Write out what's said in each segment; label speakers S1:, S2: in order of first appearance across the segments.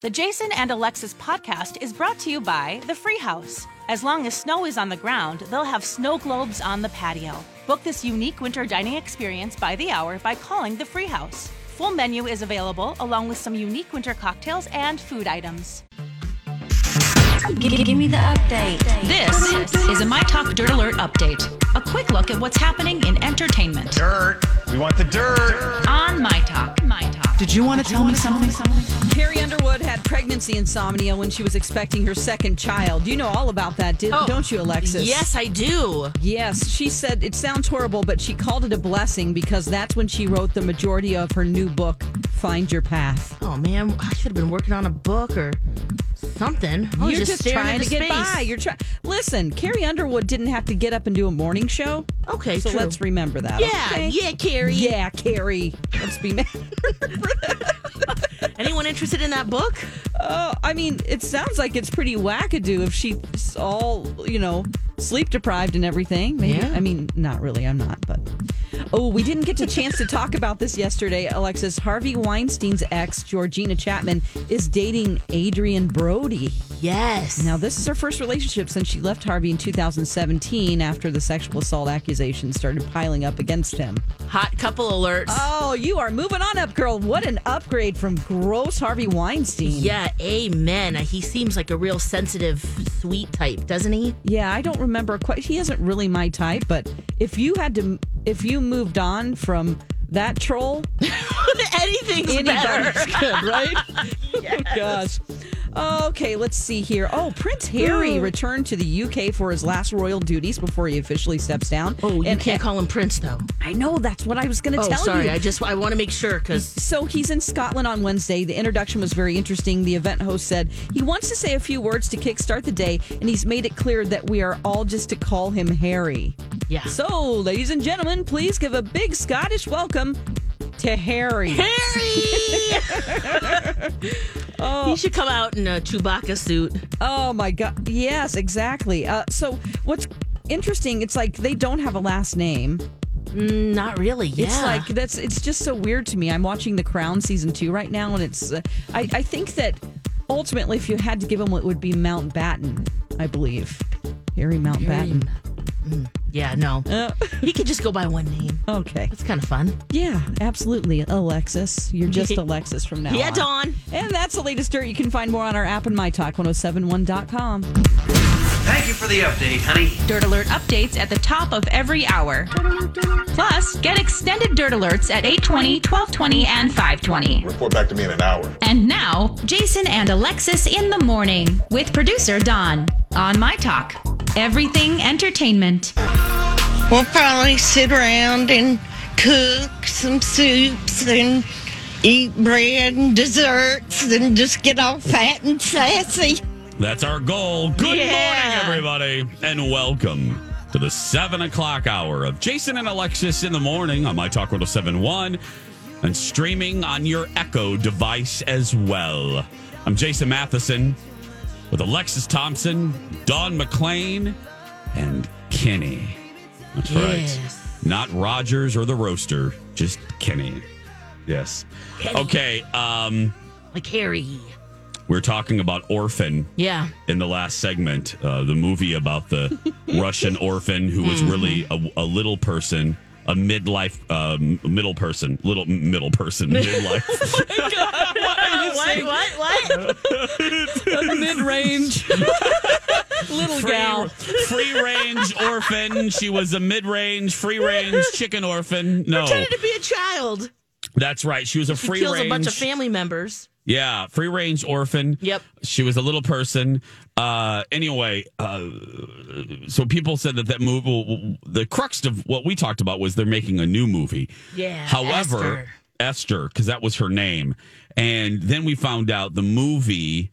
S1: The Jason and Alexis podcast is brought to you by The Free House. As long as snow is on the ground, they'll have snow globes on the patio. Book this unique winter dining experience by the hour by calling The Free House. Full menu is available along with some unique winter cocktails and food items.
S2: Give, give me the update.
S1: This is a My Talk Dirt Alert update. A quick look at what's happening in entertainment
S3: dirt. We want the dirt.
S1: on My Talk. My Talk.
S4: Did you want to tell me something?
S5: Carrie Underwood had pregnancy insomnia when she was expecting her second child. You know all about that, did, don't you, Alexis?
S6: Oh, Yes, I do.
S5: Yes. She said it sounds horrible, but she called it a blessing because that's when she wrote the majority of her new book, Find Your Path.
S6: Oh man, I should have been working on a book or something. I was
S5: You're
S6: just,
S5: just
S6: staring
S5: trying
S6: into
S5: to get
S6: space.
S5: by. You're trying. Listen, Carrie Underwood didn't have to get up and do a morning show.
S6: Okay,
S5: so
S6: true.
S5: let's remember that.
S6: Yeah,
S5: okay?
S6: yeah, Carrie.
S5: Yeah, Carrie. Let's be mad.
S6: Anyone interested in that book?
S5: Oh, I mean, it sounds like it's pretty wackadoo if she's all, you know, sleep deprived and everything. Maybe.
S6: Yeah.
S5: I mean, not really. I'm not, but. Oh, we didn't get a chance to talk about this yesterday, Alexis. Harvey Weinstein's ex, Georgina Chapman, is dating Adrian Brody.
S6: Yes.
S5: Now, this is her first relationship since she left Harvey in 2017 after the sexual assault accusations started piling up against him.
S6: hot couple alerts.
S5: Oh, you are moving on up, girl. What an upgrade from gross Harvey Weinstein.
S6: yeah, amen. He seems like a real sensitive, sweet type, doesn't he?
S5: Yeah, I don't remember quite. He isn't really my type, but if you had to, if you moved on from that troll,
S6: Anything's
S5: anybody's
S6: better.
S5: good, right? Oh, Gosh. Okay, let's see here. Oh, Prince Harry returned to the UK for his last royal duties before he officially steps down.
S6: Oh, you
S5: And-
S6: can't call him Prince though.
S5: I know that's what I was going to
S6: Oh,
S5: tell
S6: sorry.
S5: you.
S6: I just I want to make sure because
S5: So he's in Scotland on Wednesday. The introduction was very interesting. The event host said he wants to say a few words to kickstart the day, and he's made it clear that we are all just to call him Harry.
S6: yeah.
S5: So, ladies and gentlemen, please give a big Scottish welcome to Harry.
S6: Harry. He should come out in a Chewbacca suit.
S5: Oh my God. Yes, exactly. Uh, so, what's interesting, it's like they don't have a last name.
S6: Not really. Yeah.
S5: It's like that's it's just so weird to me. I'm watching The Crown season 2 right now and it's uh, I I think that ultimately if you had to give him it would be Mountbatten, I believe. Harry Mountbatten.
S6: yeah. No. he could just go by one name.
S5: Okay.
S6: That's kind of fun.
S5: Yeah, absolutely. Alexis, you're just Alexis from now
S6: Yeah,
S5: on.
S6: Dawn.
S5: And that's the latest dirt. You can find more on our app and mytalk1071.com.
S3: Thank you for the update, honey.
S1: Dirt Alert updates at the top of every hour. Plus, get extended Dirt Alerts at 8:20, 12:20, and 5:20.
S7: Report back to me in an hour.
S1: And now, Jason and Alexis in the morning with producer Don on My Talk. Everything Entertainment.
S8: We'll probably sit around and cook some soups and eat bread and desserts and just get all fat and sassy.
S9: That's our goal. Good
S6: Yeah.
S9: morning, everybody, and welcome to the seven o'clock hour of Jason and Alexis in the morning on My Talk 1071 and streaming on your Echo device as well. I'm Jason Matheson with Alexis Thompson, Don McLean, and Kenny. That's
S6: Yes.
S9: right. Not Rogers or the roaster, just Kenny. Yes. Okay, um,
S6: Like Harry.
S9: we're talking about Orphan
S6: Yeah.
S9: in the last segment, uh, the movie about the Russian orphan who
S6: Mm-hmm.
S9: was really a, a little person, a midlife um, middle person, little middle person, midlife.
S6: Oh, what? What? What?
S5: mid range. Little
S9: free,
S5: gal.
S9: free range orphan. She was a mid range, free range chicken orphan. No,
S6: Pretended to be a child.
S9: that's right. She was a
S6: She
S9: free
S6: kills
S9: range.
S6: a bunch of family members.
S9: yeah, free range orphan.
S6: Yep.
S9: She was a little person. Uh, anyway, uh, so people said that that movie, the crux of what we talked about was they're making a new movie.
S6: Yeah,
S9: However, Esther, because that was her name. And then we found out the movie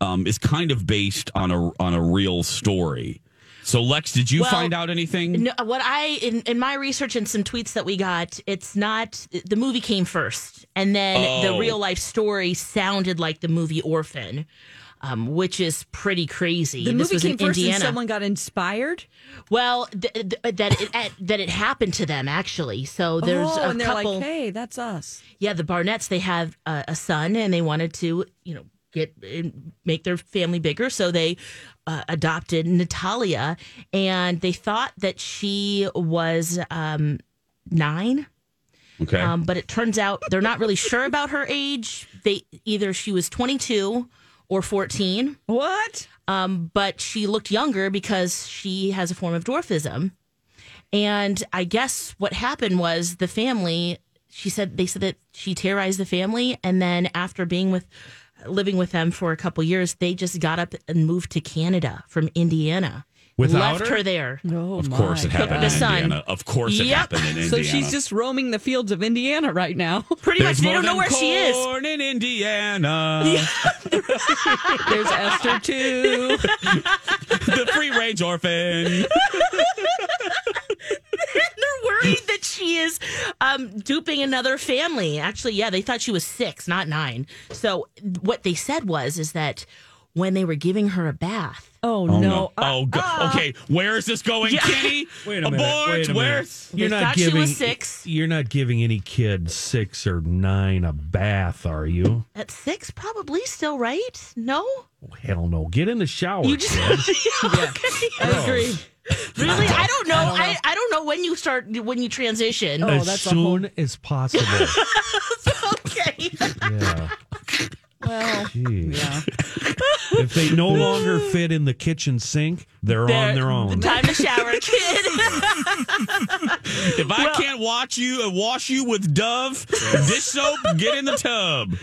S9: um, is kind of based on a on a real story. So Lex, did you
S6: Well,
S9: find out anything?
S6: No, what I in, in my research and some tweets that we got, it's not the movie came first, and then
S9: Oh.
S6: the real life story sounded like the movie Orphan, um, which is pretty crazy.
S5: The
S6: this
S5: movie
S6: was
S5: came
S6: in
S5: first
S6: Indiana.
S5: and someone got inspired.
S6: Well, th- th- that it, at, that it happened to them actually. So there's
S5: oh,
S6: a
S5: and they're
S6: couple.
S5: like, hey, that's us.
S6: Yeah, the Barnetts they have a, a son, and they wanted to, you know, get and make their family bigger, so they uh, adopted Natalia, and they thought that she was um, nine.
S9: okay.
S6: Um, but it turns out they're not really sure about her age. They either she was 22 or 14,
S5: What?
S6: um, but she looked younger because she has a form of dwarfism. And I guess what happened was the family. She said they said that she terrorized the family, and then after being with living with them for a couple years, they just got up and moved to Canada from Indiana.
S9: Without
S6: left
S9: her?
S6: her, there.
S5: Oh,
S9: of course it happened
S6: The
S9: in
S6: son.
S9: Indiana. Of course it
S6: Yep.
S9: happened in Indiana.
S5: So she's just roaming the fields of Indiana right now.
S6: Pretty
S9: There's
S6: much, they
S9: more
S6: don't know
S9: than
S6: where she is.
S9: Corn in Indiana.
S5: There's Esther too.
S9: the free range orphan.
S6: They're worried that she is um, duping another family. Actually, yeah, they thought she was six, not nine. So what they said was is that when they were giving her a bath,
S5: Oh, no.
S9: Oh, go- okay. Where is this going, Kenny?
S4: uh. Wait a
S9: Abort.
S4: minute. Wait a
S9: Where?
S4: minute. You're
S6: They
S4: not
S6: thought she was
S4: giving
S6: six.
S4: You're not giving any kid six or nine a bath, are you?
S6: at six, probably still right. No,
S4: Hell no. Get in the shower.
S6: you just
S4: kid.
S6: yeah, okay.
S5: I agree.
S6: really. I don't know. I, I don't know when you start when you transition.
S5: Oh,
S4: as
S5: that's a whole-
S4: soon as possible.
S6: Okay,
S4: yeah.
S5: Well,
S4: Jeez.
S5: yeah.
S4: If they no longer fit in the kitchen sink, they're on their own.
S6: Time to shower, kid.
S9: If I can't watch you and wash you with Dove dish soap, get in the tub.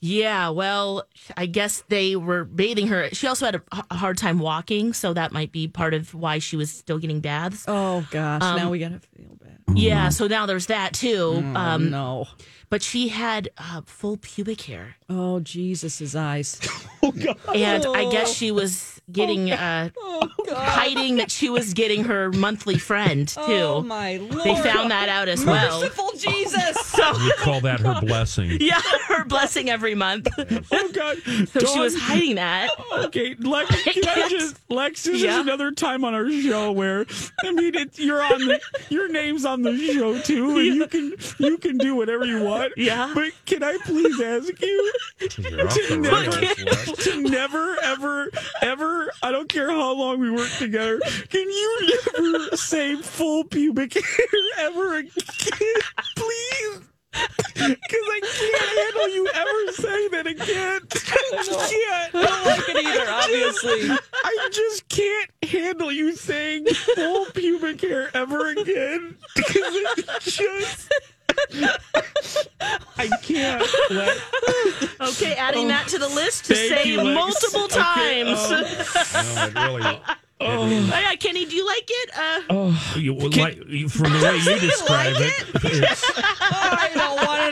S6: yeah, well, I guess they were bathing her. She also had a, a hard time walking, so that might be part of why she was still getting baths.
S5: Oh gosh,
S6: Um,
S5: now we gotta feel bad.
S6: Yeah, so now there's that too.
S5: Mm,
S6: um,
S5: no.
S6: But she had uh, full pubic hair,
S5: Oh Jesus' eyes.
S6: and I guess she was getting uh,
S5: Oh god.
S6: hiding that she was getting her monthly friend too.
S5: Oh my lord.
S6: they found that out as well.
S5: Merciful Jesus.
S6: So
S4: We call that her blessing.
S6: yeah, her blessing every month.
S9: Oh God!
S6: So she was hiding that.
S9: Okay, Lex, can I
S6: can't.
S9: just, Lex, this is
S6: Yeah.
S9: another time on our show where I mean, it, you're on, the, your name's on the show too, and you can you can do whatever you want.
S6: Yeah.
S9: But can I please ask you
S4: You're off
S9: to
S4: the rails,
S9: never,
S4: Lex.
S9: to never, ever, ever? I don't care how long we work together. Can you never say full pubic hair ever again, please? Because I can't handle you ever saying that again. I can't.
S5: like it either, obviously.
S9: I just can't handle you saying full pubic hair ever again because it's just. I can't. Let,
S6: Okay,
S5: Oh.
S6: adding that to the list to
S9: Thank
S6: say
S9: you, Lex.
S6: multiple
S9: Okay,
S6: times.
S4: um, No, it really-
S6: Oh, yeah, Kenny, do you like it? Uh,
S4: You, well, like, you- from the way you describe it, it's,
S5: I don't wanna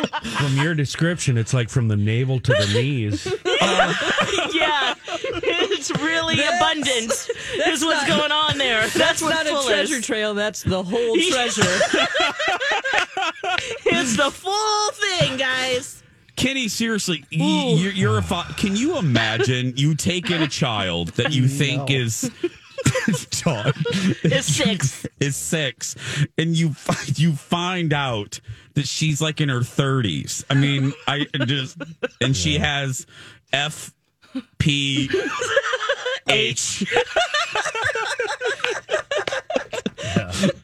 S5: know.
S4: from your description, it's like from the navel to the knees.
S6: yeah, it's really
S5: That's-
S6: abundant. Is what's going on there. That's,
S5: That's
S6: what's
S5: not a
S6: fullest.
S5: treasure trail, that's the whole treasure.
S6: It's the full thing, guys.
S9: Kenny, seriously, y- you're, you're a fa- Can you imagine you take in a child that you think is. Dog
S6: It's six.
S9: is six, and you fi- you find out that she's like in her thirties. I mean, I just and she has F P H.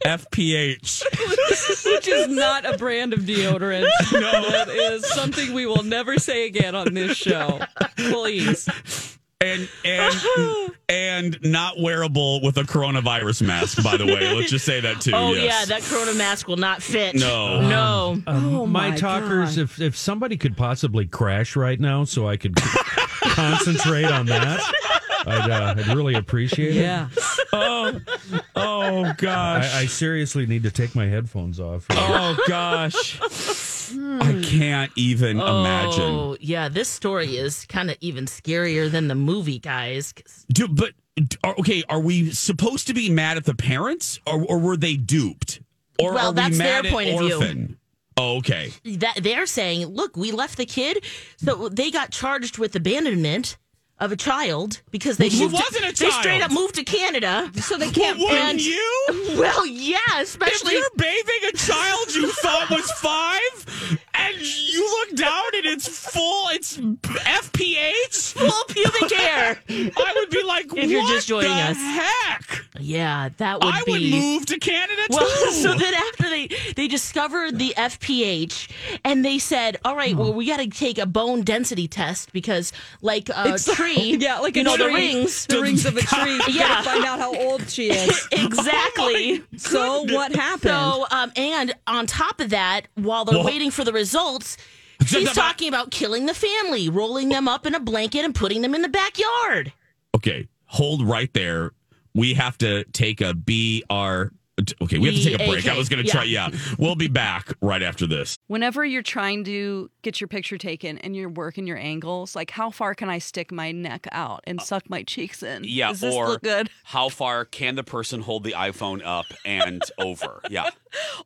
S9: FPH.
S1: which is not a brand of deodorant.
S9: No.
S1: That is something we will never say again on this show. Please.
S9: And and and not wearable with a coronavirus mask, by the way. Let's just say that too.
S6: Oh
S9: yes.
S6: yeah, that Corona mask will not fit.
S9: No. Uh-huh.
S6: no.
S4: Um, my, talkers, if if somebody could possibly crash right now, so I could concentrate on that, I'd, uh, I'd really appreciate
S1: Yeah.
S4: it.
S9: Oh, oh gosh.
S4: I, I seriously need to take my headphones off.
S9: Oh gosh. I can't even imagine.
S6: Oh yeah, this story is kind of even scarier than the movie, guys. 'cause-
S9: Do, but d- are- okay, are we supposed to be mad at the parents, or, or were they duped? Or
S6: Well,
S9: are we
S6: that's
S9: mad
S6: their
S9: at
S6: point of view.
S9: orphan? Oh, okay.
S6: That they're saying, look, we left the kid, so they got charged with abandonment of a child because they
S9: Who
S6: moved to-
S9: wasn't a
S6: they straight
S9: child?
S6: up moved to Canada.
S10: So they can't.
S9: Wouldn't
S6: And-
S9: you?
S6: Well, yeah, especially
S9: if you're bathing a child you thought was five, and you look down and it's full, it's FPH.
S6: full pubic hair.
S9: I would be like,
S6: If you're just
S9: "What
S6: joining
S9: the
S6: us."
S9: heck?
S6: Yeah, that would
S9: I
S6: be.
S9: would move to Canada too.
S6: Well, so then after they they discovered the FPH, and they said, "All right, well, we got to take a bone density test because, like a
S1: It's-
S6: tree,
S1: Yeah, like
S6: you
S1: a
S6: know, the
S1: tree.
S6: rings,
S1: The rings of a tree. You
S6: Yeah.
S1: gotta find out how old she is.
S6: exactly."
S1: Oh So what happened?
S6: So, um, and on top of that, while they're
S9: Whoa.
S6: waiting for the results, she's talking about killing the family, rolling them up in a blanket, and putting them in the backyard.
S9: okay, hold right there. We have to take a B R. Okay, we have to take a break. I was going to try. Yeah, we'll be back right after this.
S5: Whenever you're trying to get your picture taken and you're working your angles, like how far can I stick my neck out and suck my cheeks in?
S11: Yeah,
S5: Does this
S11: or
S5: look good?
S11: how far can the person hold the iPhone up and over? Yeah.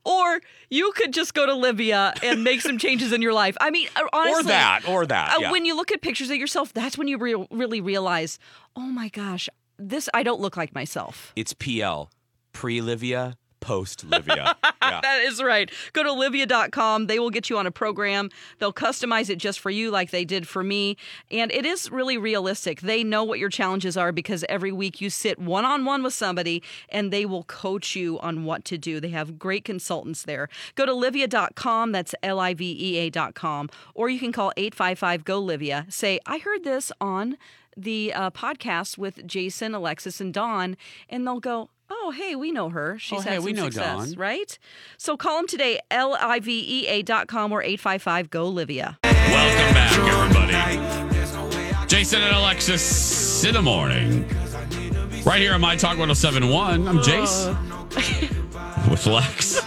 S5: Or you could just go to Libya and make some changes in your life. I mean, uh, honestly,
S11: or that, or that.
S5: uh,
S11: yeah.
S5: when you look at pictures of yourself, that's when you re- really realize, oh my gosh, this I don't look like myself.
S11: it's PL, pre Livia, post Livia.
S5: that is right. Go to Livia.com. They will get you on a program. They'll customize it just for you, like they did for me. And it is really realistic. They know what your challenges are because every week you sit one on one with somebody and they will coach you on what to do. They have great consultants there. Go to Livia.com. That's L I V E A.com. Or you can call 855 GO Livia. Say, I heard this on the uh, podcast with Jason, Alexis, and Dawn. And they'll go, Oh, hey, we know her. She's
S11: Oh,
S5: had
S11: hey,
S5: some
S11: we know
S5: success,
S11: Dawn.
S5: right? So call them today, L I V E A dot com or 855 GO Livia.
S9: Welcome back, everybody. Jason and Alexis in the morning. Right here on My Talk 1071. I'm Jace with Lex,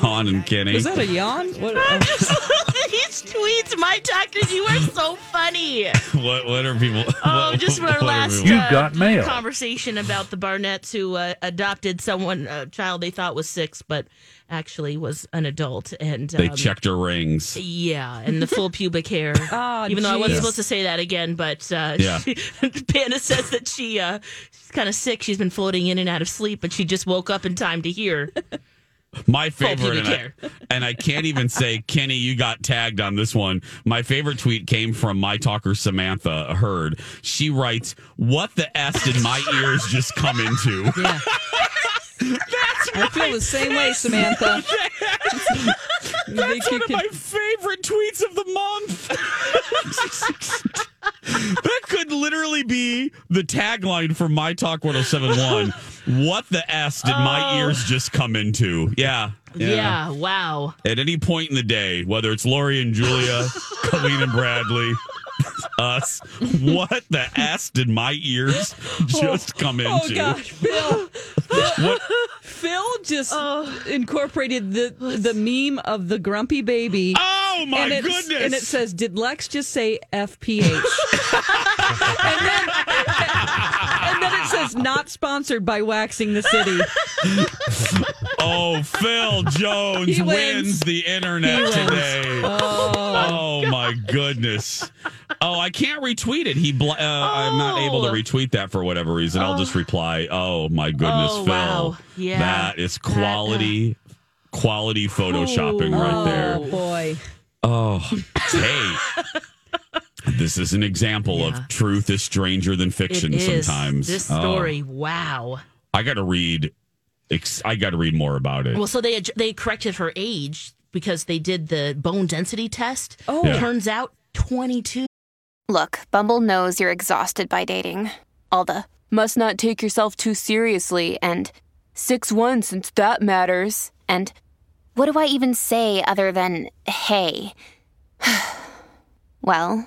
S9: Dawn, and Kenny.
S1: Was that a yawn? What,
S6: I just love these tweets, my doctors. You are so funny.
S9: what, what are people?
S6: Oh,
S9: what-
S6: just from
S9: what
S6: our
S9: are
S6: last
S9: people-
S6: uh, conversation about the Barnetts who uh, adopted someone, a child they thought was six, but actually was an adult. And
S9: They
S6: um,
S9: checked her rings.
S6: Yeah, and the full pubic hair.
S1: Oh,
S6: Even though I wasn't
S1: geez.
S6: supposed to say that again, but uh,
S9: Yeah.
S6: she- Panda says that she uh, she's kind of sick. She's been floating in and out of sleep, but she just woke up in time to hear.
S9: My
S6: Full
S9: favorite,
S6: pubic
S9: and I, and I can't even say, Kenny, you got tagged on this one. My favorite tweet came from my talker, Samantha Heard. She writes, What the S did my ears just come into?
S1: yeah. I feel the same way, Samantha. That's
S9: one of my favorite tweets of the month. that could literally be the tagline for My Talk 1071. what the S did my
S6: Oh.
S9: ears just come into? Yeah.
S6: Yeah, wow.
S9: At any point in the day, whether it's Lori and Julia, Colleen and Bradley, us, what the S did my ears just come into?
S1: Oh gosh, Phil!
S9: What?
S1: Phil just
S5: Oh.
S1: incorporated the the meme of the grumpy baby.
S9: Oh my
S1: and it's-
S9: goodness!
S1: And it says, "Did Lex just say FPH?" and, then, and then it says, "Not sponsored by Waxing the City."
S9: Oh, Phil Jones
S1: He
S9: wins.
S1: wins.
S9: the internet
S1: He wins.
S9: today. Oh, my goodness. Oh, I can't retweet it. He, bl- uh, I'm not able
S1: Oh.
S9: to retweet that for whatever reason. I'll just reply. Oh my goodness,
S6: Oh,
S9: Phil.
S6: wow. Yeah.
S9: That is quality, quality photoshopping right there.
S1: Oh boy!
S9: Oh, hey. This is an example
S6: Yeah.
S9: of truth is stranger than fiction
S6: It is.
S9: Oh. sometimes.
S6: This
S9: Oh.
S6: story, wow.
S9: I got to read Ex- I got to read more about it.
S6: Well, so they they corrected her age because they did the bone density test. Oh,
S9: Yeah.
S6: turns out 22.
S12: Look, Bumble knows you're exhausted by dating. All the must not take yourself too seriously and 6 1 since that matters. And what do I even say other than hey? well,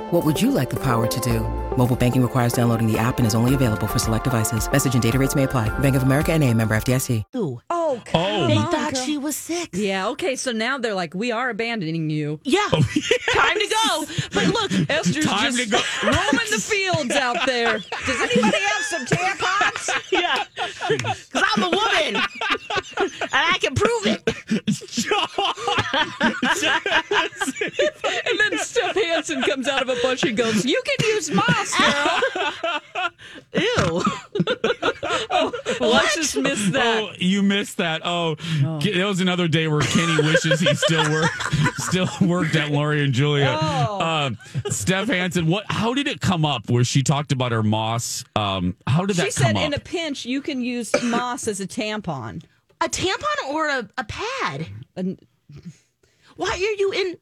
S13: What would you like the power to do? Mobile banking requires downloading the app and is only available for select devices. Message and data rates may apply. Bank of America and a member FDIC.
S5: Oh,
S9: oh.
S6: They thought she was six.
S5: Yeah, okay, so now they're like, we are abandoning you.
S6: Yeah.
S5: Time to go. But look, Esther's
S9: Time
S5: just
S9: to go.
S5: roaming the fields out there. Does anybody have some tampons?
S6: yeah. Because I'm a woman. and I can prove it.
S5: and then Steph Hansen comes out of a bush and goes, You can use moss, girl.
S6: Ew.
S5: oh, Alexis missed that.
S9: Oh, you missed that. Oh, K- that was another day where Kenny wishes he still worked, still worked at Laurie and Julia. Um, Steph Hansen, what? How did it come up? Where she talked about her moss? Um, how did that
S5: she
S9: come
S5: said, In a
S9: up?
S5: pinch, you can use moss as a tampon.
S6: A tampon or a, a pad?
S5: An-
S6: Why are you in.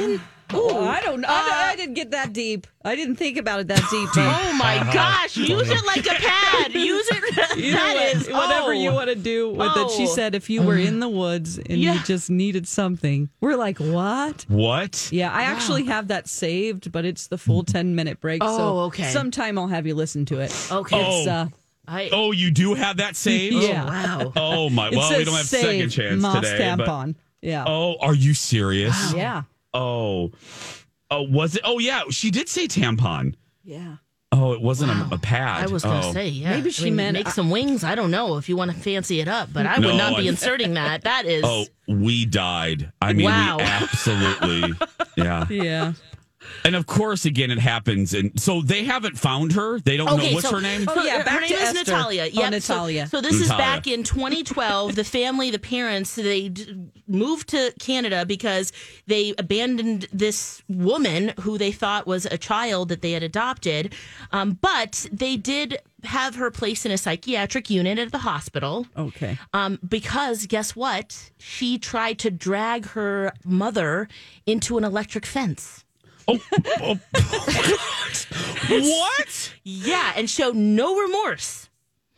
S6: in
S5: Oh, I don't know. I, I didn't get that deep. I didn't think about it that deep.
S6: Oh my gosh, use it like a pad. Use it.
S5: Uh-huh. You know
S6: That
S5: what?
S6: is-
S5: whatever you
S6: oh.
S5: want to do with it. She
S6: Oh.
S5: said, if you were in the woods and you
S6: Yeah.
S5: just needed something, we're like, what?
S9: What?
S5: Yeah, I actually have that saved, but it's the full ten minute break. so
S6: Oh, okay.
S5: Sometime I'll have you listen to it.
S6: Okay.
S5: It's,
S9: Oh.
S5: uh,
S6: I,
S9: Oh, you do have that saved?
S5: Yeah.
S6: wow.
S9: Oh my!
S5: It
S9: Well, we
S5: says
S9: don't have
S5: save
S9: second chance
S5: moss
S9: today. but-
S5: tampon. Yeah.
S9: Oh, are you serious?
S5: Yeah.
S9: Oh, oh, was it? Oh, yeah. She did say tampon.
S5: Yeah.
S9: Oh, it wasn't a, a pad.
S6: I was gonna
S9: Oh.
S6: say, yeah.
S5: Maybe
S6: I
S5: she
S6: mean,
S5: meant- uh,
S6: make some wings. I don't know if you want to fancy it up, but I
S9: No,
S6: would not be
S9: I-
S6: inserting that. That is
S9: Oh, we died. I mean,
S6: Wow.
S9: we absolutely. yeah.
S5: Yeah.
S9: And of course, again, it happens. And so they haven't found her. They don't know. What's
S6: so-
S9: her name?
S6: so
S5: Oh, yeah,
S6: her-
S5: back
S6: her name
S5: to
S6: is
S5: Esther.
S6: Natalia.
S5: Oh,
S6: Yep, so-
S5: Natalia.
S6: So, this is
S9: Natalia.
S6: back in 2012. the family, the parents, they d- moved to Canada because they abandoned this woman who they thought was a child that they had adopted. Um, but they did have her placed in a psychiatric unit at the hospital.
S5: Okay.
S6: Um, because guess what? She tried to drag her mother into an electric fence.
S9: Oh, what?
S6: Yeah, and show no remorse.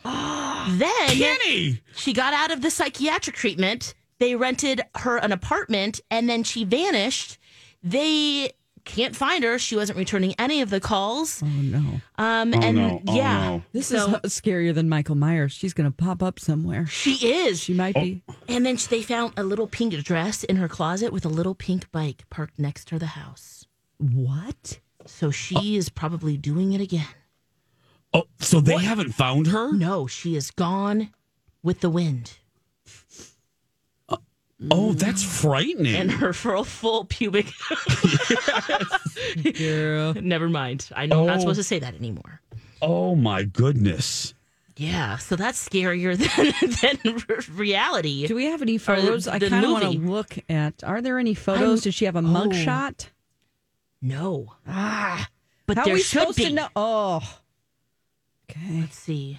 S6: then
S9: Kenny.
S6: she got out of the psychiatric treatment. They rented her an apartment and then she vanished. They can't find her. She wasn't returning any of the calls.
S5: Oh no. Oh,
S6: Um, and yeah,
S5: This
S6: So-
S5: is scarier than Michael Myers. She's going to pop up somewhere.
S6: she is.
S5: She might be.
S9: Oh.
S6: And then they found a little pink dress in her closet with a little pink bike parked next to the house.
S5: What?
S6: So
S5: Oh.
S6: she is probably doing it again.
S9: Oh, so they haven't found her?
S6: No, she is gone with the wind.
S9: Oh, that's frightening.
S6: and her for a full pubic.
S5: Girl.
S6: Never mind. I know I'm
S9: Oh.
S6: not supposed to say that anymore.
S9: oh, my goodness.
S6: Yeah, so that's scarier than than re- reality.
S5: Do we have any photos? I
S6: the
S5: kind of want to
S6: movie.
S5: look at. Are there any photos?
S6: I'm-
S5: Does she have a mug shot?
S6: no. Ah, but
S5: How are
S6: there
S5: we
S6: should
S5: supposed
S6: be.
S5: to know? Oh. Okay.
S6: Let's see.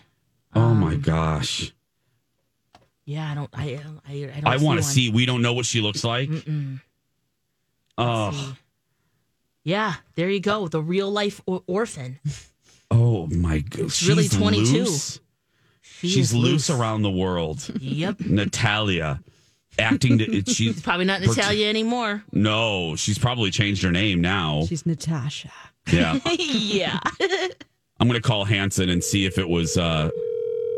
S5: Um,
S9: Oh, my gosh.
S6: Yeah, I don't. I I, I don't.
S9: I want
S6: one.
S9: to see. We don't know what she looks like.
S6: Mm-mm.
S9: Oh,
S6: Yeah, there you go. The real life or- orphan.
S9: oh, my goodness.
S6: It's really 22. She
S9: She's
S6: is
S9: loose around the world.
S6: Yep.
S9: Natalia acting to it- she's
S6: It's probably not Natalia anymore.
S9: No, she's probably changed her name now.
S5: She's Natasha.
S9: Yeah.
S6: yeah.
S9: I'm going to call Hanson and see if it was uh,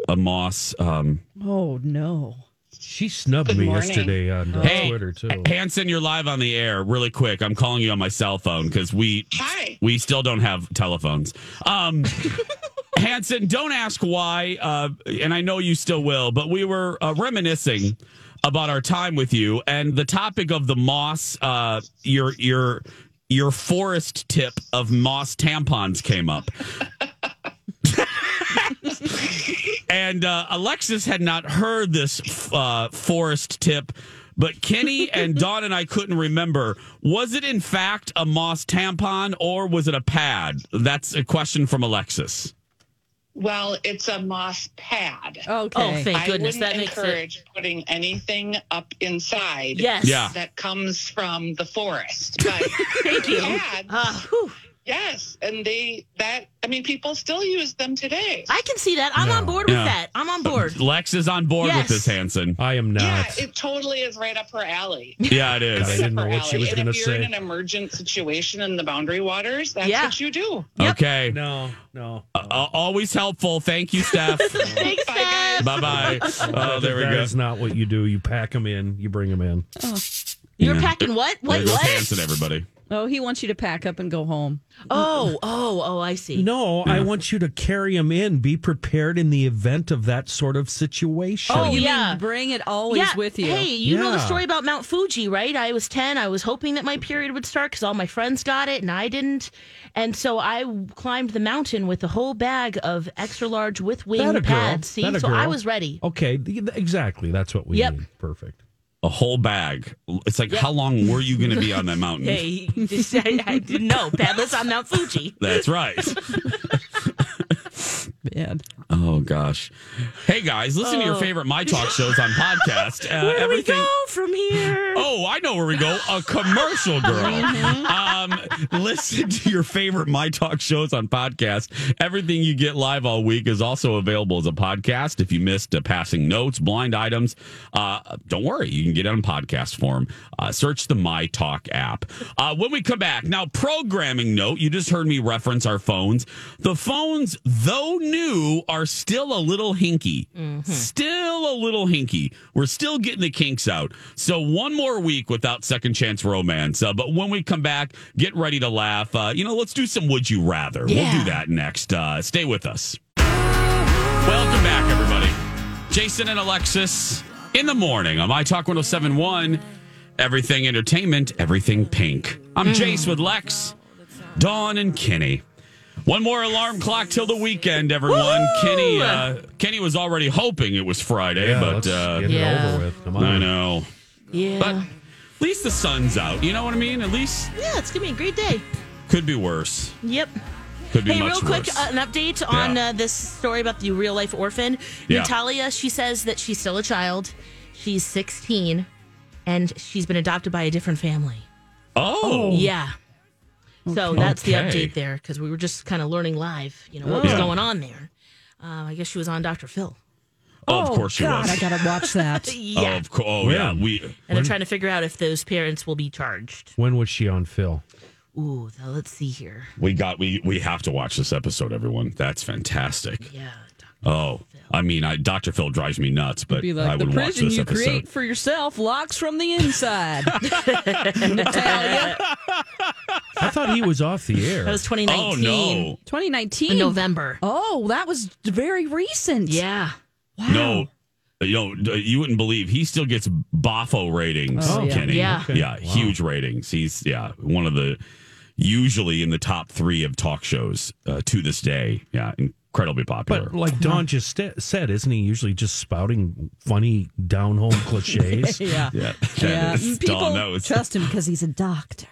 S9: a moss um,
S5: Oh, no.
S4: She snubbed
S9: Good
S4: me
S9: morning.
S4: yesterday on uh,
S9: Hey,
S4: Twitter too.
S9: Hanson, you're live on the air. Really quick, I'm calling you on my cell phone because we we still don't have telephones. Um, Hanson, don't ask why, uh, and I know you still will. But we were uh, reminiscing about our time with you, and the topic of the moss, uh, your your your forest tip of moss tampons came up. and uh, Alexis had not heard this uh, forest tip, but Kenny and Dawn and I couldn't remember. Was it in fact a moss tampon or was it a pad? That's a question from Alexis.
S14: Well, it's a moss pad. Okay.
S6: Oh, thank goodness.
S14: I wouldn't
S6: That makes sense.
S14: encourage putting anything up inside.
S6: Yes. Yeah.
S14: That comes from the forest. But
S6: Thank you. Ah,
S14: Pads, yes, and they that I mean people still use them today.
S6: I can see that. I'm on board with
S9: Yeah.
S6: that. I'm on board.
S9: Lex is on board
S6: Yes.
S9: with this, Hanson.
S4: I am
S14: Yeah, it totally is right up her alley.
S9: Yeah, it is.
S4: God, I didn't know what she was
S14: and
S4: going to
S14: if you're in an
S4: say.
S14: emergent situation in the boundary waters, that's
S6: Yeah.
S14: what you do.
S9: Okay.
S4: No, no.
S9: Uh, always helpful. Thank you, Steph.
S6: Thanks, Steph.
S9: bye bye. Oh, there we
S4: That
S9: go.
S4: is not what you do. You pack them in. You bring them in.
S6: You're
S4: Yeah.
S6: packing what? What?
S4: There goes
S6: What?
S4: Hanson,
S9: everybody.
S5: Oh, he wants you to pack up and go home.
S6: Oh, oh, oh! I see.
S4: No, I want you to carry them in. Be prepared in the event of that sort of situation.
S5: Oh, you mean bring it always with you.
S6: Hey, you know the
S4: Yeah.
S6: story about Mount Fuji, right? I was 10. I was hoping that my period would start because all my friends got it and I didn't. And so I climbed the mountain with a whole bag of extra large with
S4: That a
S6: wing
S4: girl.
S6: pads. See,
S4: That a
S6: so I
S4: girl.
S6: was ready.
S4: Okay, th- exactly. That's what we
S6: Yep.
S4: need. Perfect.
S9: A whole bag. It's like,
S6: Yep.
S9: how long were you going to be on that mountain?
S6: Hey, this- I, I didn't know. Padlets on Mount Fuji.
S9: That's right. Oh gosh. Hey guys, listen to your
S6: Oh.
S9: favorite My Talk shows on podcast. Uh,
S6: Where do we
S9: everything.
S6: go from here?
S9: Oh, I know where we go. A commercial girl.
S6: Mm-hmm.
S9: um, listen to your favorite My Talk shows on podcast. Everything you get live all week is also available as a podcast. If you missed uh, passing notes, blind items, uh, don't worry. You can get it on podcast form. Uh, search the My Talk app. Uh, when we come back, now, programming note, you just heard me reference our phones. The phones, though new, are still a little hinky. Still a little hinky. We're still getting the kinks out. So one more week without second chance romance. Uh, but when we come back, get ready to laugh. Uh, you know, let's do some would you rather. We'll
S15: Yeah.
S9: do that next. Uh, stay with us. Welcome back, everybody. Jason and Alexis in the morning on My Talk 1071. Everything entertainment, everything pink. I'm Jace with Lex, Dawn, and Kenny. One more alarm clock till the weekend, everyone. Kenny, uh, Kenny was already hoping it was Friday,
S4: Yeah,
S9: but
S4: let's
S9: uh,
S4: get it Yeah. over with. Come on.
S9: I know.
S6: Yeah.
S9: But at least the sun's out. You know what I mean? At least
S6: yeah, it's going to be a great day.
S9: could be worse.
S6: Yep.
S9: Could be
S6: hey,
S9: much
S6: real quick,
S9: worse.
S6: uh, an update on uh, this story about the real life orphan.
S9: Yeah.
S6: Natalia, she says that she's still a child. She's 16 and she's been adopted by a different family.
S9: Oh.
S6: Yeah. So
S9: Okay.
S6: that's the
S9: Okay.
S6: update there because we were just kind of learning live, you know, what was
S9: Yeah.
S6: going on there. Uh, I guess she was on Dr. Phil.
S9: Oh, of course she
S5: God,
S9: was.
S5: I gotta watch that.
S9: Oh, of course. Oh, yeah. We.
S6: And they're trying to figure out if those parents will be charged.
S4: When was she on Phil?
S6: Ooh, now let's see here.
S9: We got we we have to watch this episode, everyone. That's fantastic.
S6: Yeah.
S9: Oh, I mean, I, Dr. Phil drives me nuts, but
S5: Be
S9: I
S5: like the
S9: would watch
S5: prison
S9: this
S5: you
S9: episode.
S5: create for yourself locks from the inside. Natalia.
S4: I thought he was off the air.
S6: That
S9: Oh,
S6: was 2019.
S5: 2019.
S6: In November.
S5: Oh, that was very recent.
S6: Yeah.
S9: No. Uh, Yo, d- you wouldn't believe he still gets boffo ratings,
S6: Oh, yeah.
S9: Kenny.
S6: Yeah. Okay.
S9: yeah huge ratings. He's yeah, one of the usually in the top three of talk shows uh, to this day. Yeah, incredibly popular.
S4: But like Don just sta said, isn't he usually just spouting funny down home cliches?
S5: yeah.
S9: uh, yeah,
S5: Yeah,
S9: that is
S5: people
S9: Don. That was-
S5: trust him because he's a doctor.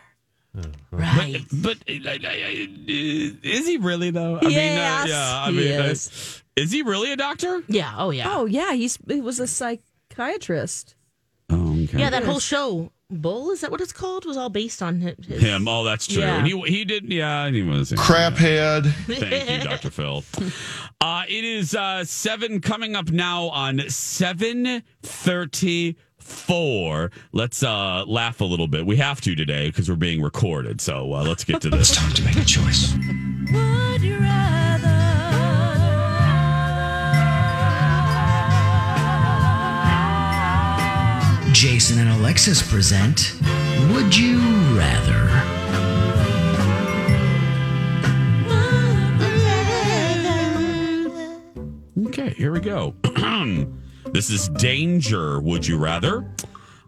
S9: Right. But, but uh, is he really though? I
S5: Yes,
S9: mean, uh, yeah. I
S5: he
S9: mean, uh,
S5: is.
S9: is. he really a doctor?
S6: Yeah. Oh, yeah.
S5: Oh, yeah. He's he was a psychiatrist.
S9: Oh, okay.
S6: Yeah, that whole show, Bull, is that what it's called? Was all based on hi- his.
S9: Him. Oh, that's true.
S6: Yeah.
S9: And he he did. Yeah, and he was
S15: Craphead.
S9: Thank you, Doctor Phil. Uh, it is uh, seven coming up now on seven thirty four. Let's uh, laugh a little bit. We have to today because we're being recorded. So uh, let's get to this.
S15: It's time to make a choice.
S16: Jason and Alexis present Would You Rather?
S9: Okay, here we go. this is Danger, would you rather?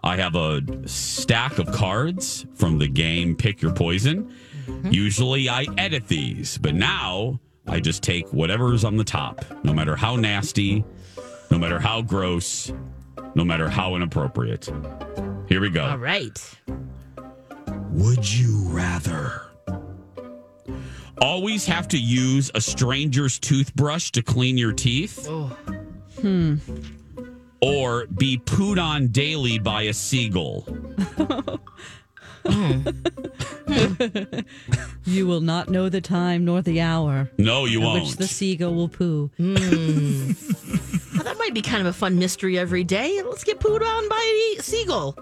S9: I have a stack of cards from the game Pick Your Poison.
S6: Mm-hmm.
S9: Usually I edit these, but now I just take whatever's on the top, no matter how nasty, no matter how gross, no matter how inappropriate. Here we go.
S6: All right.
S9: Would you rather always have to use a stranger's toothbrush to clean your teeth?
S5: Hmm.
S9: or be pooed on daily by a seagull.
S5: You will not know the time nor the hour.
S9: No, you
S5: at Which
S9: won't.
S5: the seagull will poo.
S6: Well, that might be kind of a fun mystery every day. Let's get pooed on by a seagull.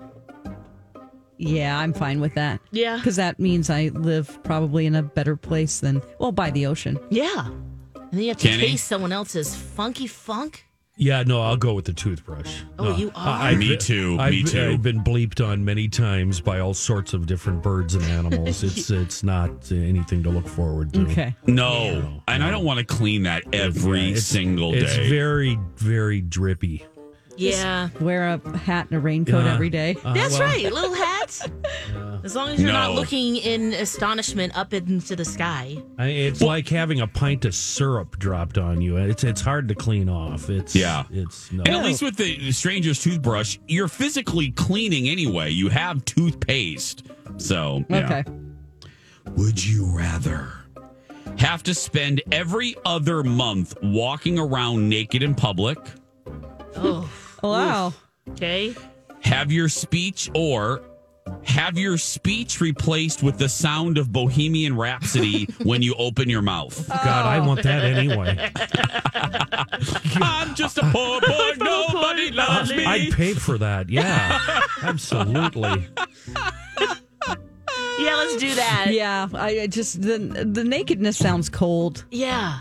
S5: Yeah, I'm fine with that.
S6: Yeah.
S5: Because that means I live probably in a better place than, well, by the ocean.
S6: Yeah. And then you have to
S4: Kenny?
S6: taste someone else's funky funk.
S4: Yeah, no, I'll go with the toothbrush.
S6: Oh,
S4: No.
S6: you are?
S4: I've
S9: Me
S4: been-
S9: too, Oh, me
S4: I've,
S9: too.
S4: I've been bleeped on many times by all sorts of different birds and animals. it's it's not anything to look forward to.
S5: Okay.
S9: No, and I don't want to clean that every
S4: it's-
S9: single
S4: it's
S9: day.
S4: very very drippy.
S6: Yeah.
S5: Wear a hat and a raincoat
S4: Uh,
S5: every day.
S4: uh,
S6: That's
S4: well-
S6: right. Little hats. As long as you're not
S4: No.
S6: looking in astonishment up into the sky.
S4: I, it's like having a pint of syrup dropped on you. It's it's hard to clean off. It's
S9: Yeah.
S4: It's no.
S9: and at least with the stranger's toothbrush, you're physically cleaning anyway. You have toothpaste. So, yeah.
S5: Okay.
S9: Would you rather have to spend every other month walking around naked in public,
S6: Oh.
S5: wow.
S6: Okay.
S9: have your speech or have your speech replaced with the sound of Bohemian Rhapsody when you open your mouth?
S6: Oh.
S4: God, I want that anyway.
S9: I'm just a poor boy. Nobody loves me.
S4: I'd pay for that. Yeah, absolutely.
S6: Yeah, let's do that.
S5: Yeah, I I just the the nakedness sounds cold.
S6: Yeah.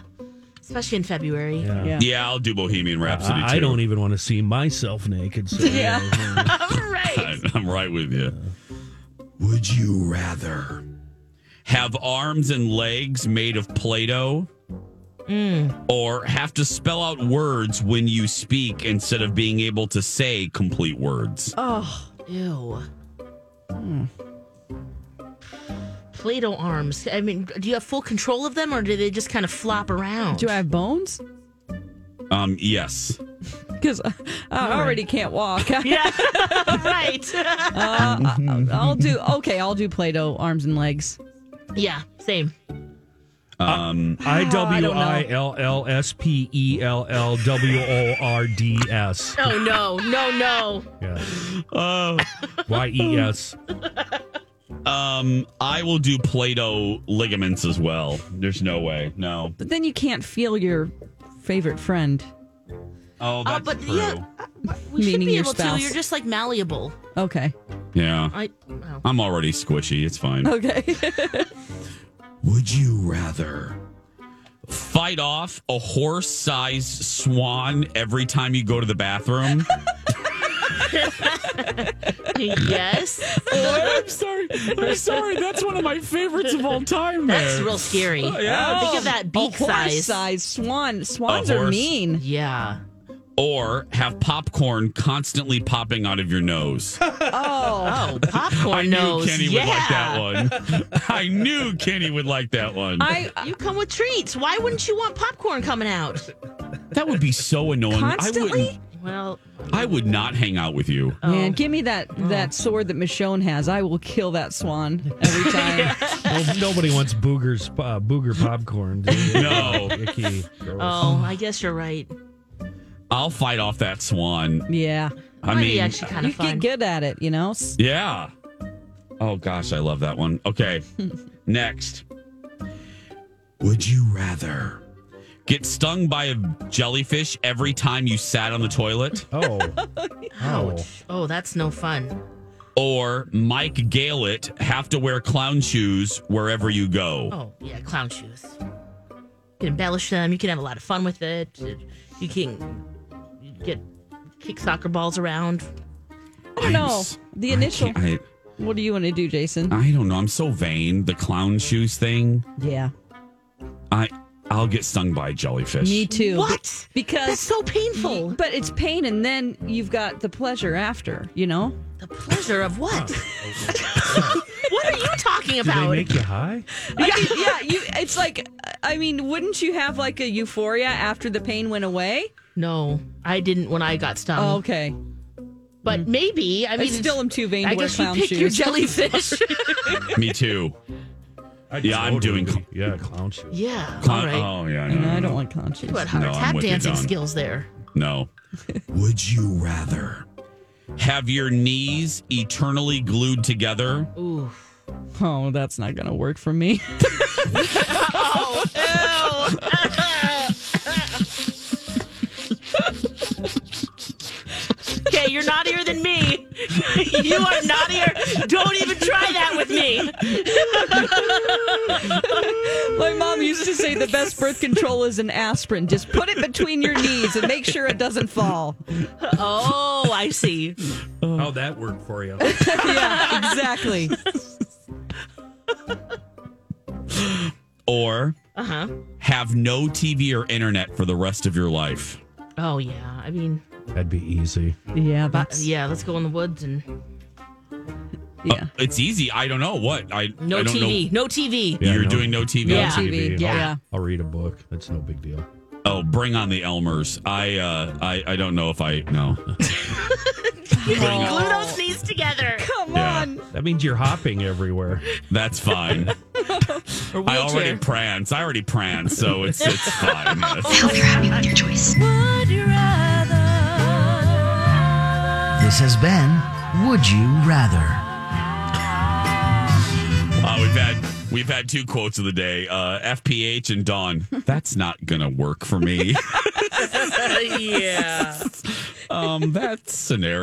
S6: Especially in February.
S4: Yeah.
S9: Yeah. I'll do Bohemian Rhapsody.
S4: I, I
S9: too.
S4: don't even want to see myself naked. So
S6: Yeah.
S9: I- I'm right with you. Would you rather have arms and legs made of Play Doh
S6: Mm.
S9: or have to spell out words when you speak instead of being able to say complete words?
S6: Oh. Ew.
S5: Hmm.
S6: Play-Doh arms. I mean, do you have full control of them or do they just kind of flop around?
S5: Do I have bones?
S9: Um, yes.
S5: Because I already can't walk.
S6: yeah, right.
S5: Uh, I-
S6: Mm-hmm.
S5: I'll do okay. I'll do Play-Doh arms and legs.
S6: Yeah, same.
S9: Um,
S4: I
S5: I
S4: W
S5: don't know.
S4: I L L S P E L L W O R D S.
S6: No, Oh, no, no, no.
S4: Yeah.
S9: Oh.
S4: Y E S.
S9: Um, I will do Play Doh ligaments as well. There's no way. No.
S5: But then you can't feel your favorite friend,
S9: Oh,
S6: Uh,
S9: that's
S6: but
S9: true.
S6: yeah, We should
S5: meaning
S6: be
S5: your
S6: able
S5: spouse.
S6: to. You're just like malleable.
S5: okay.
S9: yeah.
S6: I, oh.
S9: I'm already squishy. It's fine.
S5: Okay.
S9: Would you rather fight off a horse sized swan every time you go to the bathroom?
S6: yes.
S9: I'm sorry. I'm sorry. That's one of my favorites of all time.
S6: That's real scary.
S9: Oh, Yeah.
S6: Think of that beak
S5: a horse
S6: size.
S5: size swan. Swans
S9: A
S5: are
S9: horse.
S5: mean.
S6: Yeah.
S9: Or have popcorn constantly popping out of your nose.
S5: Oh,
S6: Oh, popcorn
S9: I knew
S6: nose.
S9: Kenny
S6: yeah.
S9: would like that one. I knew Kenny would like that one.
S5: I
S6: You come with treats. Why wouldn't you want popcorn coming out?
S9: that would be so annoying. I
S5: constantly.
S9: wouldn't.
S6: Well,
S9: I would not hang out with you.
S5: Oh. Man, give me that that sword that Michonne has. I will kill that swan every time.
S4: Well, nobody wants boogers, uh, booger popcorn. do they?
S9: No.
S4: Icky. Gross.
S6: oh, I guess you're right.
S9: I'll fight off that swan.
S5: Yeah,
S9: I
S6: Might be
S9: mean,
S6: actually kind
S5: you
S6: of fun.
S5: get good at it. You know. S-
S9: Yeah. Oh gosh, I love that one. Okay. Next. Would you rather get stung by a jellyfish every time you sat on the toilet
S4: Oh. Oh.
S6: Ouch. Oh, that's no fun.
S9: or Mike Galet have to wear clown shoes wherever you go?
S6: Oh, yeah, clown shoes. You can embellish them. You can have a lot of fun with it. You can get kick soccer balls around.
S5: I don't know. oh, The initial. what do you want to do,
S6: Uh,
S5: Jason?
S9: I don't know. I'm so vain. The clown shoes thing.
S5: yeah.
S9: I I'll get stung by a jellyfish.
S5: Me too.
S6: What?
S5: Because
S6: That's so painful.
S5: But it's pain, and then you've got the pleasure after. You know.
S6: The pleasure of what?
S4: Oh.
S6: what are you talking about?
S4: you high?
S5: I mean, yeah, you. It's like, I mean, wouldn't you have like a euphoria after the pain went away?
S6: No, I didn't when I got stung.
S5: Oh, okay.
S6: But maybe I mean,
S5: I still am too vain to
S6: I
S5: wear
S6: guess you
S5: clown
S6: pick your
S5: shoes.
S6: jellyfish.
S9: Me too. yeah, I'm doing.
S4: yeah, clown shoes.
S6: yeah.
S9: Clown,
S6: all right.
S9: Oh yeah.
S5: No,
S9: yeah.
S5: I don't like clown shoes.
S6: What hard
S9: No, I'm
S6: tap
S9: with you,
S6: dancing
S9: Dawn.
S6: skills there?
S9: No. Would you rather have your knees eternally glued together?
S6: Ooh.
S5: Oh, that's not going to work for me.
S6: Okay, you're naughtier than me. you are naughtier. Don't even try that with me.
S5: My mom used to say the best birth control is an aspirin. Just put it between your knees and make sure it doesn't fall.
S6: Oh, I see.
S4: How'd that work for you?
S5: yeah, exactly.
S9: Or
S6: Uh huh.
S9: have no TV or internet for the rest of your life?
S6: Oh yeah. I mean,
S4: That'd be easy.
S5: Yeah,
S6: but yeah. Let's go in the woods and
S9: Uh, it's easy. I don't know what. I
S6: no
S9: I don't
S6: TV.
S9: Know.
S6: No TV.
S9: You're
S4: no-
S9: doing no TV.
S4: no
S6: Yeah.
S4: TV.
S6: Yeah.
S4: I'll-
S6: Yeah.
S4: I'll, read a book. That's no big deal.
S9: Oh, bring on the Elmers. I uh I, I don't know if I no. Bring on-
S6: Glue those knees together.
S5: Come
S9: Yeah.
S5: on.
S4: That means you're hopping everywhere.
S9: That's fine.
S6: Or
S9: I
S6: wheelchair.
S9: already prance. I already prance, so it's it's fine. Yes.
S2: Hope you're happy with your choice.
S16: This has been Would You Rather.
S9: Uh, we've had we've had two quotes of the day. Uh, FPH and Dawn. That's not gonna work for me.
S6: yeah.
S9: um, that scenario.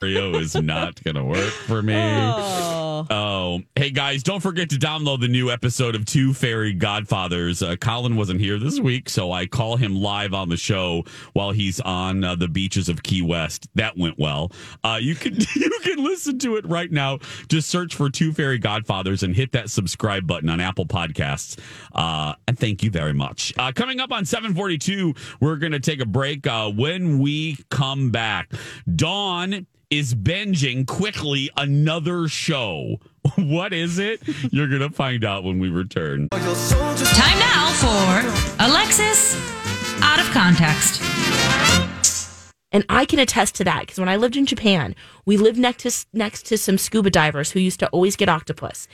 S9: is not gonna work for me.
S5: Oh.
S9: Oh, hey guys, don't forget to download the new episode of Two Fairy Godfathers. Uh, Colin wasn't here this week, so I call him live on the show while he's on uh, the beaches of Key West. That went well. Uh, you can you can listen to it right now. Just search for Two Fairy Godfathers and hit that subscribe button on Apple Podcasts. Uh, and thank you very much. Uh, coming up on 742, we're going to take a break. Uh, when we come back, Dawn is binging quickly another show. What is it? You're going to find out when we return.
S17: Time now for Alexis Out of Context.
S6: And I can attest to that because when I lived in Japan, we lived next to next to some scuba divers who used to always get octopus,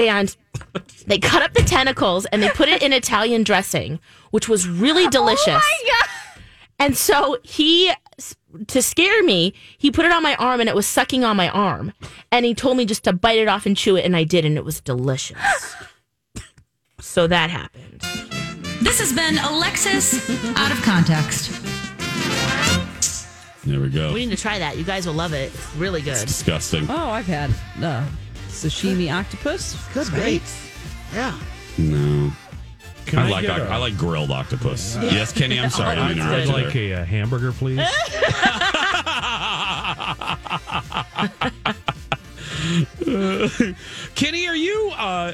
S6: and they cut up the tentacles and they put it in Italian dressing, which was really delicious. And so he, to scare me, he put it on my arm and it was sucking on my arm, and he told me just to bite it off and chew it, and I did, and it was delicious. so that happened.
S17: This has been Alexis Out of Context.
S9: There we go.
S6: We need to try that. You guys will love it. It's really good.
S9: Disgusting.
S5: Oh, I've had uh, sashimi octopus. Good,
S6: right? Yeah.
S9: No.
S4: Can
S9: I,
S4: I
S9: like
S4: get
S9: oc-
S4: a-
S9: I like grilled octopus. Yes, Kenny, I'm sorry. I
S4: I'd,
S9: didn't interrupt
S4: I'd
S9: you
S4: like a, uh hamburger, please.
S9: there. Kenny, are you uh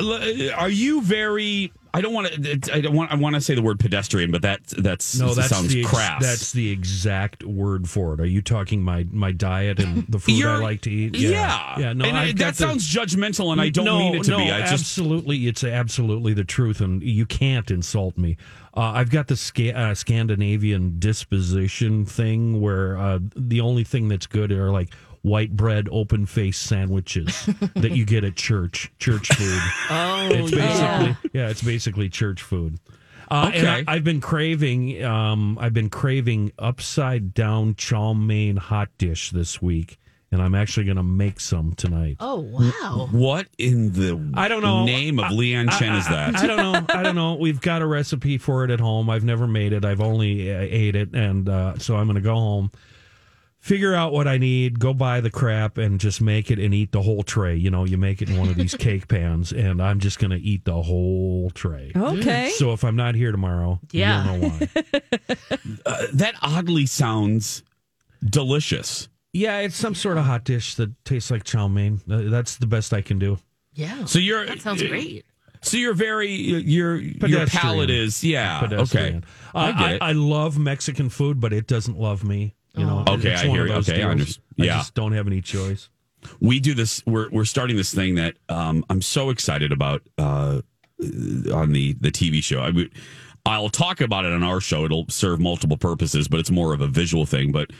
S9: l- uh, are you very I don't want to I don't want I want to say the word pedestrian, but that that's
S4: No, that's
S9: sounds
S4: the ex-
S9: crass.
S4: that's the exact word for it. Are you talking my my diet and the food I
S9: You're-
S4: like to eat?
S9: Yeah.
S4: yeah. No,
S9: And I-
S4: I've got
S9: that
S4: the-
S9: sounds judgmental, and I don't
S4: No,
S9: mean it to
S4: no,
S9: be. I just
S4: absolutely, it's absolutely the truth, and you can't insult me. Uh, I've got the Sca- uh, Scandinavian disposition thing, where uh, the only thing that's good are like white bread, open face sandwiches that you get at church, church food.
S6: Oh,
S4: it's
S6: yeah.
S4: basically yeah, it's basically church food. Uh,
S9: Okay.
S4: And I, I've been craving, um, I've been craving upside down chow mein hot dish this week, and I'm actually going to make some tonight.
S6: Oh wow!
S9: What in the
S4: I don't know
S9: name of
S4: I-
S9: Leanne Chen
S4: I-
S9: is that?
S4: I, I don't know. I don't know. We've got a recipe for it at home. I've never made it. I've only uh, ate it, and uh, so I'm going to go home, figure out what I need, go buy the crap, and just make it and eat the whole tray. You know, you make it in one of these cake pans, and I'm just going to eat the whole tray.
S9: Okay.
S4: Mm. So if I'm not here tomorrow,
S9: Yeah.
S4: you'll know why.
S9: Uh, that oddly sounds delicious.
S4: Yeah, it's some sort of hot dish that tastes like chow mein. Uh, That's the best I can do.
S6: Yeah.
S9: So you're
S6: That sounds great.
S9: So you're very your your
S4: Pedestrian.
S9: palate is yeah
S4: Pedestrian.
S9: okay.
S4: Uh,
S9: I get
S4: I,
S9: it.
S4: I, love Mexican food, but it doesn't love me. You know.
S9: Oh. Okay,
S4: It's
S9: I
S4: one
S9: hear
S4: of
S9: you.
S4: those
S9: Okay, I
S4: deals.
S9: understand. Yeah.
S4: I just don't have any choice.
S9: we do this we're we're starting this thing that um I'm so excited about uh on the the TV show. I would I'll talk about it on our show. It'll serve multiple purposes, but it's more of a visual thing, but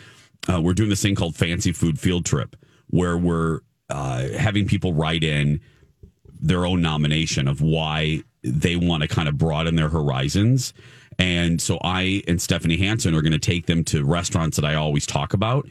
S9: uh, we're doing this thing called fancy food field trip where we're uh, having people write in their own nomination of why they want to kind of broaden their horizons. And so I and Stephanie Hansen are going to take them to restaurants that I always talk about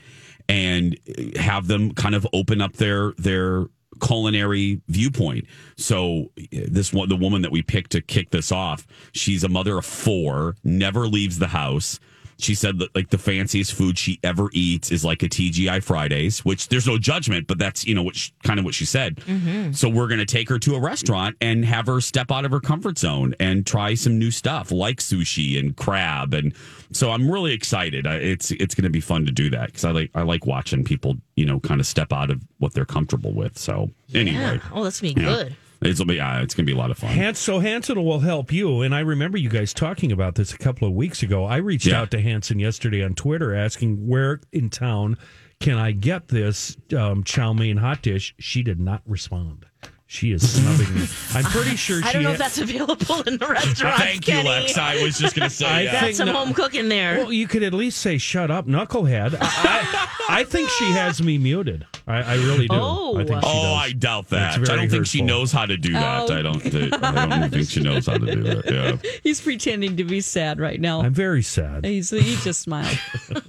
S9: and have them kind of open up their their culinary viewpoint. So this one the woman that we picked to kick this off, she's a mother of 4, never leaves the house. She said that like the fanciest food she ever eats is like a TGI Fridays, which there's no judgment, but that's you know what she, kind of what she said.
S18: Mhm.
S9: So we're gonna take her to a restaurant and have her step out of her comfort zone and try some new stuff like sushi and crab, and so I'm really excited. I, it's it's gonna be fun to do that because I like I like watching people you know kind of step out of what they're comfortable with. So anyway,
S6: Oh, that's gonna be
S9: Yeah.
S6: good.
S9: it's gonna be uh, it's gonna be a lot of fun.
S4: Hans, so Hanson will help you. And I remember you guys talking about this a couple of weeks ago. I reached
S9: Yeah.
S4: out to Hanson yesterday on Twitter asking where in town can I get this um, chow mein hot dish. She did not respond. She is snubbing me. I'm pretty sure
S6: I
S4: she
S6: don't know
S4: ha-
S6: if that's available in the restaurant.
S9: Thank you, Lex. I was just gonna say
S4: I
S9: yeah.
S6: Got some home cooking there.
S4: Well, you could at least say "shut up, knucklehead." I, I, I think she has me muted. I, I really do. I think she
S9: oh,
S4: does.
S9: I doubt that. I
S4: It's
S9: don't
S4: very
S9: think she
S4: hurtful.
S9: knows how to do that.
S4: Oh,
S9: I don't. thi- I don't think she knows how to do that. Yeah.
S5: He's pretending to be sad right now.
S4: I'm very sad.
S5: He's, he just smiled.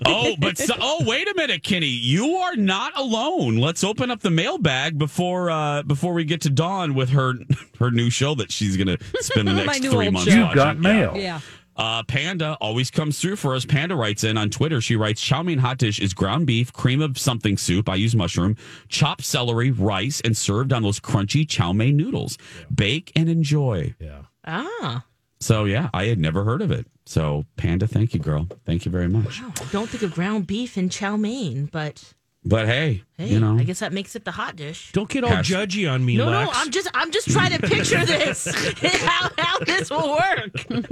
S9: Oh, but so, oh, wait a minute, Kenny. You are not alone. Let's open up the mailbag before uh, before we get to Dawn with her her new show that she's going to spend the
S5: My
S9: next
S5: new
S9: three
S5: old
S9: months.
S5: show.
S9: watching.
S5: You've got mail.
S9: Yeah.
S5: Yeah.
S9: Uh, Panda always comes through for us. Panda writes in on Twitter. She writes, "Chow mein hot dish is ground beef, cream of something soup. I use mushroom, chopped celery, rice, and served on those crunchy chow mein noodles. Bake and enjoy."
S4: Yeah.
S6: Ah,
S9: So yeah, I had never heard of it. So Panda, thank you, girl. Thank you very much.
S6: I don't think of ground beef and chow mein, but
S9: But hey,
S6: hey,
S9: you know,
S6: I guess that makes it the hot dish.
S4: Don't get all
S9: Pass-
S4: judgy on me,
S6: no,
S4: Lex.
S6: no, I'm just I'm just trying to picture this how how this will work.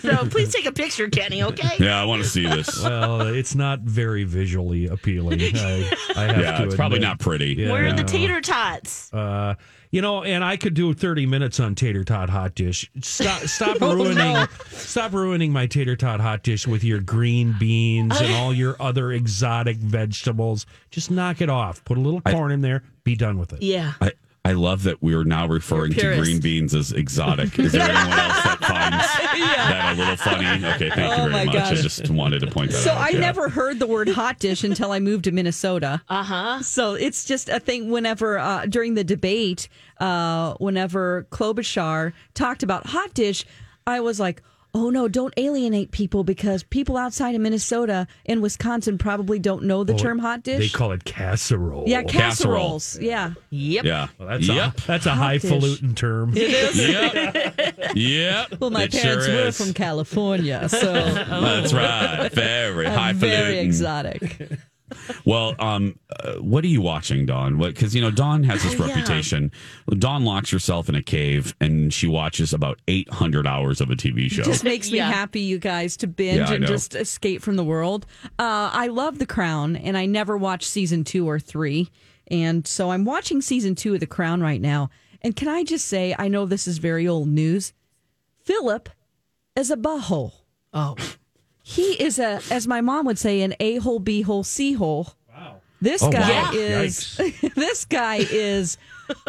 S6: So please take a picture, Kenny. Okay.
S9: Yeah, I want to see this.
S4: well, it's not very visually appealing. I, I have
S9: Yeah,
S4: to
S9: it's probably
S4: admit.
S9: not pretty.
S4: Yeah.
S6: Where are the tater tots?
S4: Uh, you know, and I could do 30 minutes on tater tot hot dish. Stop, stop ruining, stop ruining my tater tot hot dish with your green beans and all your other exotic vegetables. Just knock it off. Put a little corn in there. Be done with it.
S6: Yeah.
S9: I, I love that we are now referring to
S4: purist.
S9: green beans as exotic. Is there anyone else that finds that a little funny? Okay, thank
S5: Oh
S9: you
S5: my
S9: very much. I
S5: gosh.
S9: just wanted to point that
S5: So
S9: out.
S5: I
S9: yeah.
S5: never heard the word hot dish until I moved to Minnesota.
S6: Uh huh.
S5: So it's just a thing. Whenever uh, during the debate, uh, whenever Klobuchar talked about hot dish, I was like, "Oh no, don't alienate people because people outside of Minnesota and Wisconsin probably don't know the
S4: Oh,
S5: term hot dish."
S4: They call it casserole.
S5: yeah, casseroles. Yeah.
S6: Yep.
S9: Yeah.
S4: Well, that's
S9: Yep.
S4: a that's a
S5: Hot dish.
S4: highfalutin term.
S5: It is.
S9: Yep. Yep.
S5: Well, my
S9: It
S5: parents
S9: sure
S5: were
S9: is.
S5: from California, so
S9: That's right. Very
S5: I'm
S9: highfalutin.
S5: very exotic.
S9: Well, um, uh, what are you watching, Dawn? What? Because you know, Dawn has this
S6: Oh, yeah.
S9: reputation. Dawn locks herself in a cave and she watches about 800 hours of a TV show.
S5: Just makes me happy, you guys, to binge
S9: Yeah, I
S5: and
S9: know.
S5: just escape from the world. Uh, I love The Crown, and I never watched season two or three. And so I'm watching season two of The Crown right now. And can I just say, I know this is very old news. Philip is a butthole.
S6: Oh.
S5: He is a, as my mom would say, an a hole, b hole, c hole. Wow. This
S6: Oh,
S5: guy
S6: wow.
S5: is. this guy is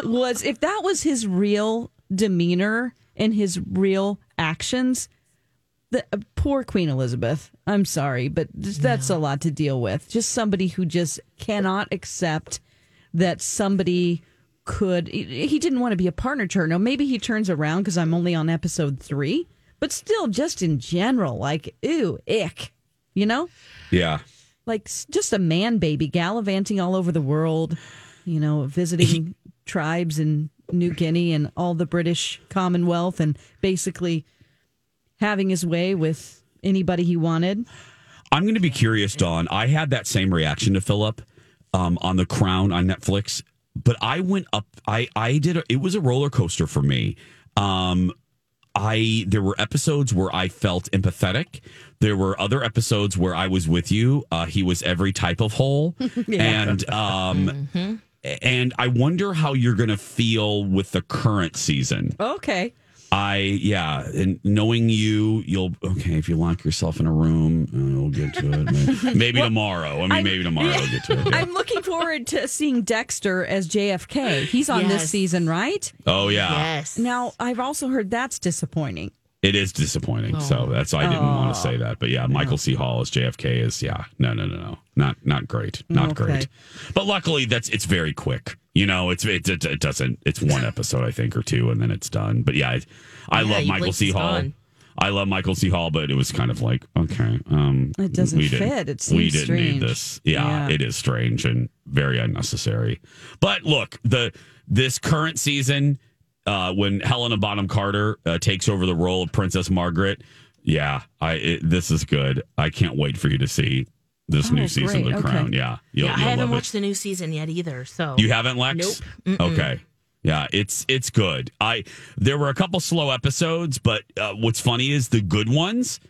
S5: was if that was his real demeanor and his real actions, the, uh, poor Queen Elizabeth. I'm sorry, but just, that's a lot to deal with. Just somebody who just cannot accept that somebody could. He, he didn't want to be a partner to her. Now maybe he turns around because I'm only on episode three, but still, just in general, like ew, ick. You know,
S9: Yeah.
S5: like s- just a man baby gallivanting all over the world. You know, visiting tribes in New Guinea and all the British Commonwealth, and basically having his way with anybody he wanted.
S9: I'm going to be curious, Dawn. I had that same reaction to Philip um, on The Crown on Netflix, but I went up. I I did. A, it was a roller coaster for me. Um, I there were episodes where I felt empathetic. There were other episodes where I was with you. Uh, he was every type of hole,
S6: Yeah.
S9: and um, and I wonder how you're going to feel with the current season.
S5: Okay.
S9: I yeah, and knowing you, you'll okay if you lock yourself in a room. uh, We'll get to it. Maybe tomorrow. I mean, maybe tomorrow we'll get to it. yeah.
S5: I'm looking forward to seeing Dexter as JFK. He's on this
S9: Yes.
S5: season, right?
S9: Oh yeah,
S5: Now, I've also heard that's disappointing.
S9: it is disappointing.
S5: Oh.
S9: So that's why I didn't want to say that. But yeah, Michael C. Hall as JFK is yeah, no, no, no, no, not not great, not
S5: Okay.
S9: great. But luckily, that's it's very quick. You know, it's it, it, it doesn't. It's one episode I think or two, and then it's done. But yeah, I, I
S5: Yeah,
S9: love
S5: you
S9: Michael
S5: blinked,
S9: C.
S5: it's
S9: Hall.
S5: gone.
S9: I love Michael C. Hall, but it was kind of like okay, um,
S5: It doesn't
S9: we didn't-
S5: fit. It
S9: we
S5: seems
S9: didn't
S5: strange.
S9: need this. Yeah,
S5: Yeah.
S9: it is strange and very unnecessary. But look, the this current season, uh, when Helena Bonham Carter uh, takes over the role of Princess Margaret, yeah, I it, this is good. I can't wait for you to see this
S6: Oh,
S9: new season
S6: great.
S9: of The
S6: Okay.
S9: Crown. Yeah, you'll,
S6: yeah, I
S9: you'll
S6: haven't
S9: love
S6: watched
S9: it.
S6: the new season yet either. So
S9: You haven't, Lex?
S6: Nope. Mm-mm.
S9: Okay. Yeah, it's it's good. I there were a couple slow episodes, but uh, what's funny is the good ones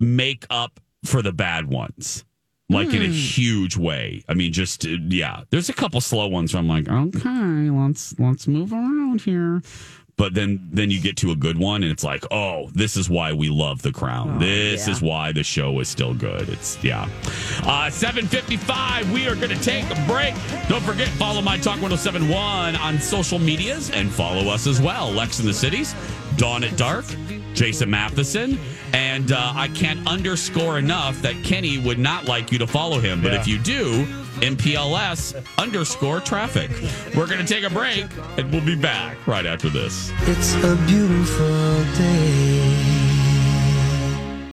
S9: make up for the bad ones, like in a
S16: Hmm.
S9: huge way. I mean, just uh, yeah. There's a couple slow ones where I'm like, okay, let's let's move around here. But then then you get to a good one, and it's like, oh, this is why we love The Crown.
S16: Oh,
S9: this
S16: yeah.
S9: is why the show is still good. It's yeah. Uh, Seven fifty five. We are going to take a break. Don't forget, follow my Talk 1071 on social medias and follow us as well. Lex in the cities, Dawn at dark, Jason Matheson, and uh, I can't underscore enough that Kenny would not like you to follow him, but
S16: Yeah.
S9: if you do, MPLS underscore traffic. We're going to take a break, and we'll be back right after this.
S16: It's a beautiful day.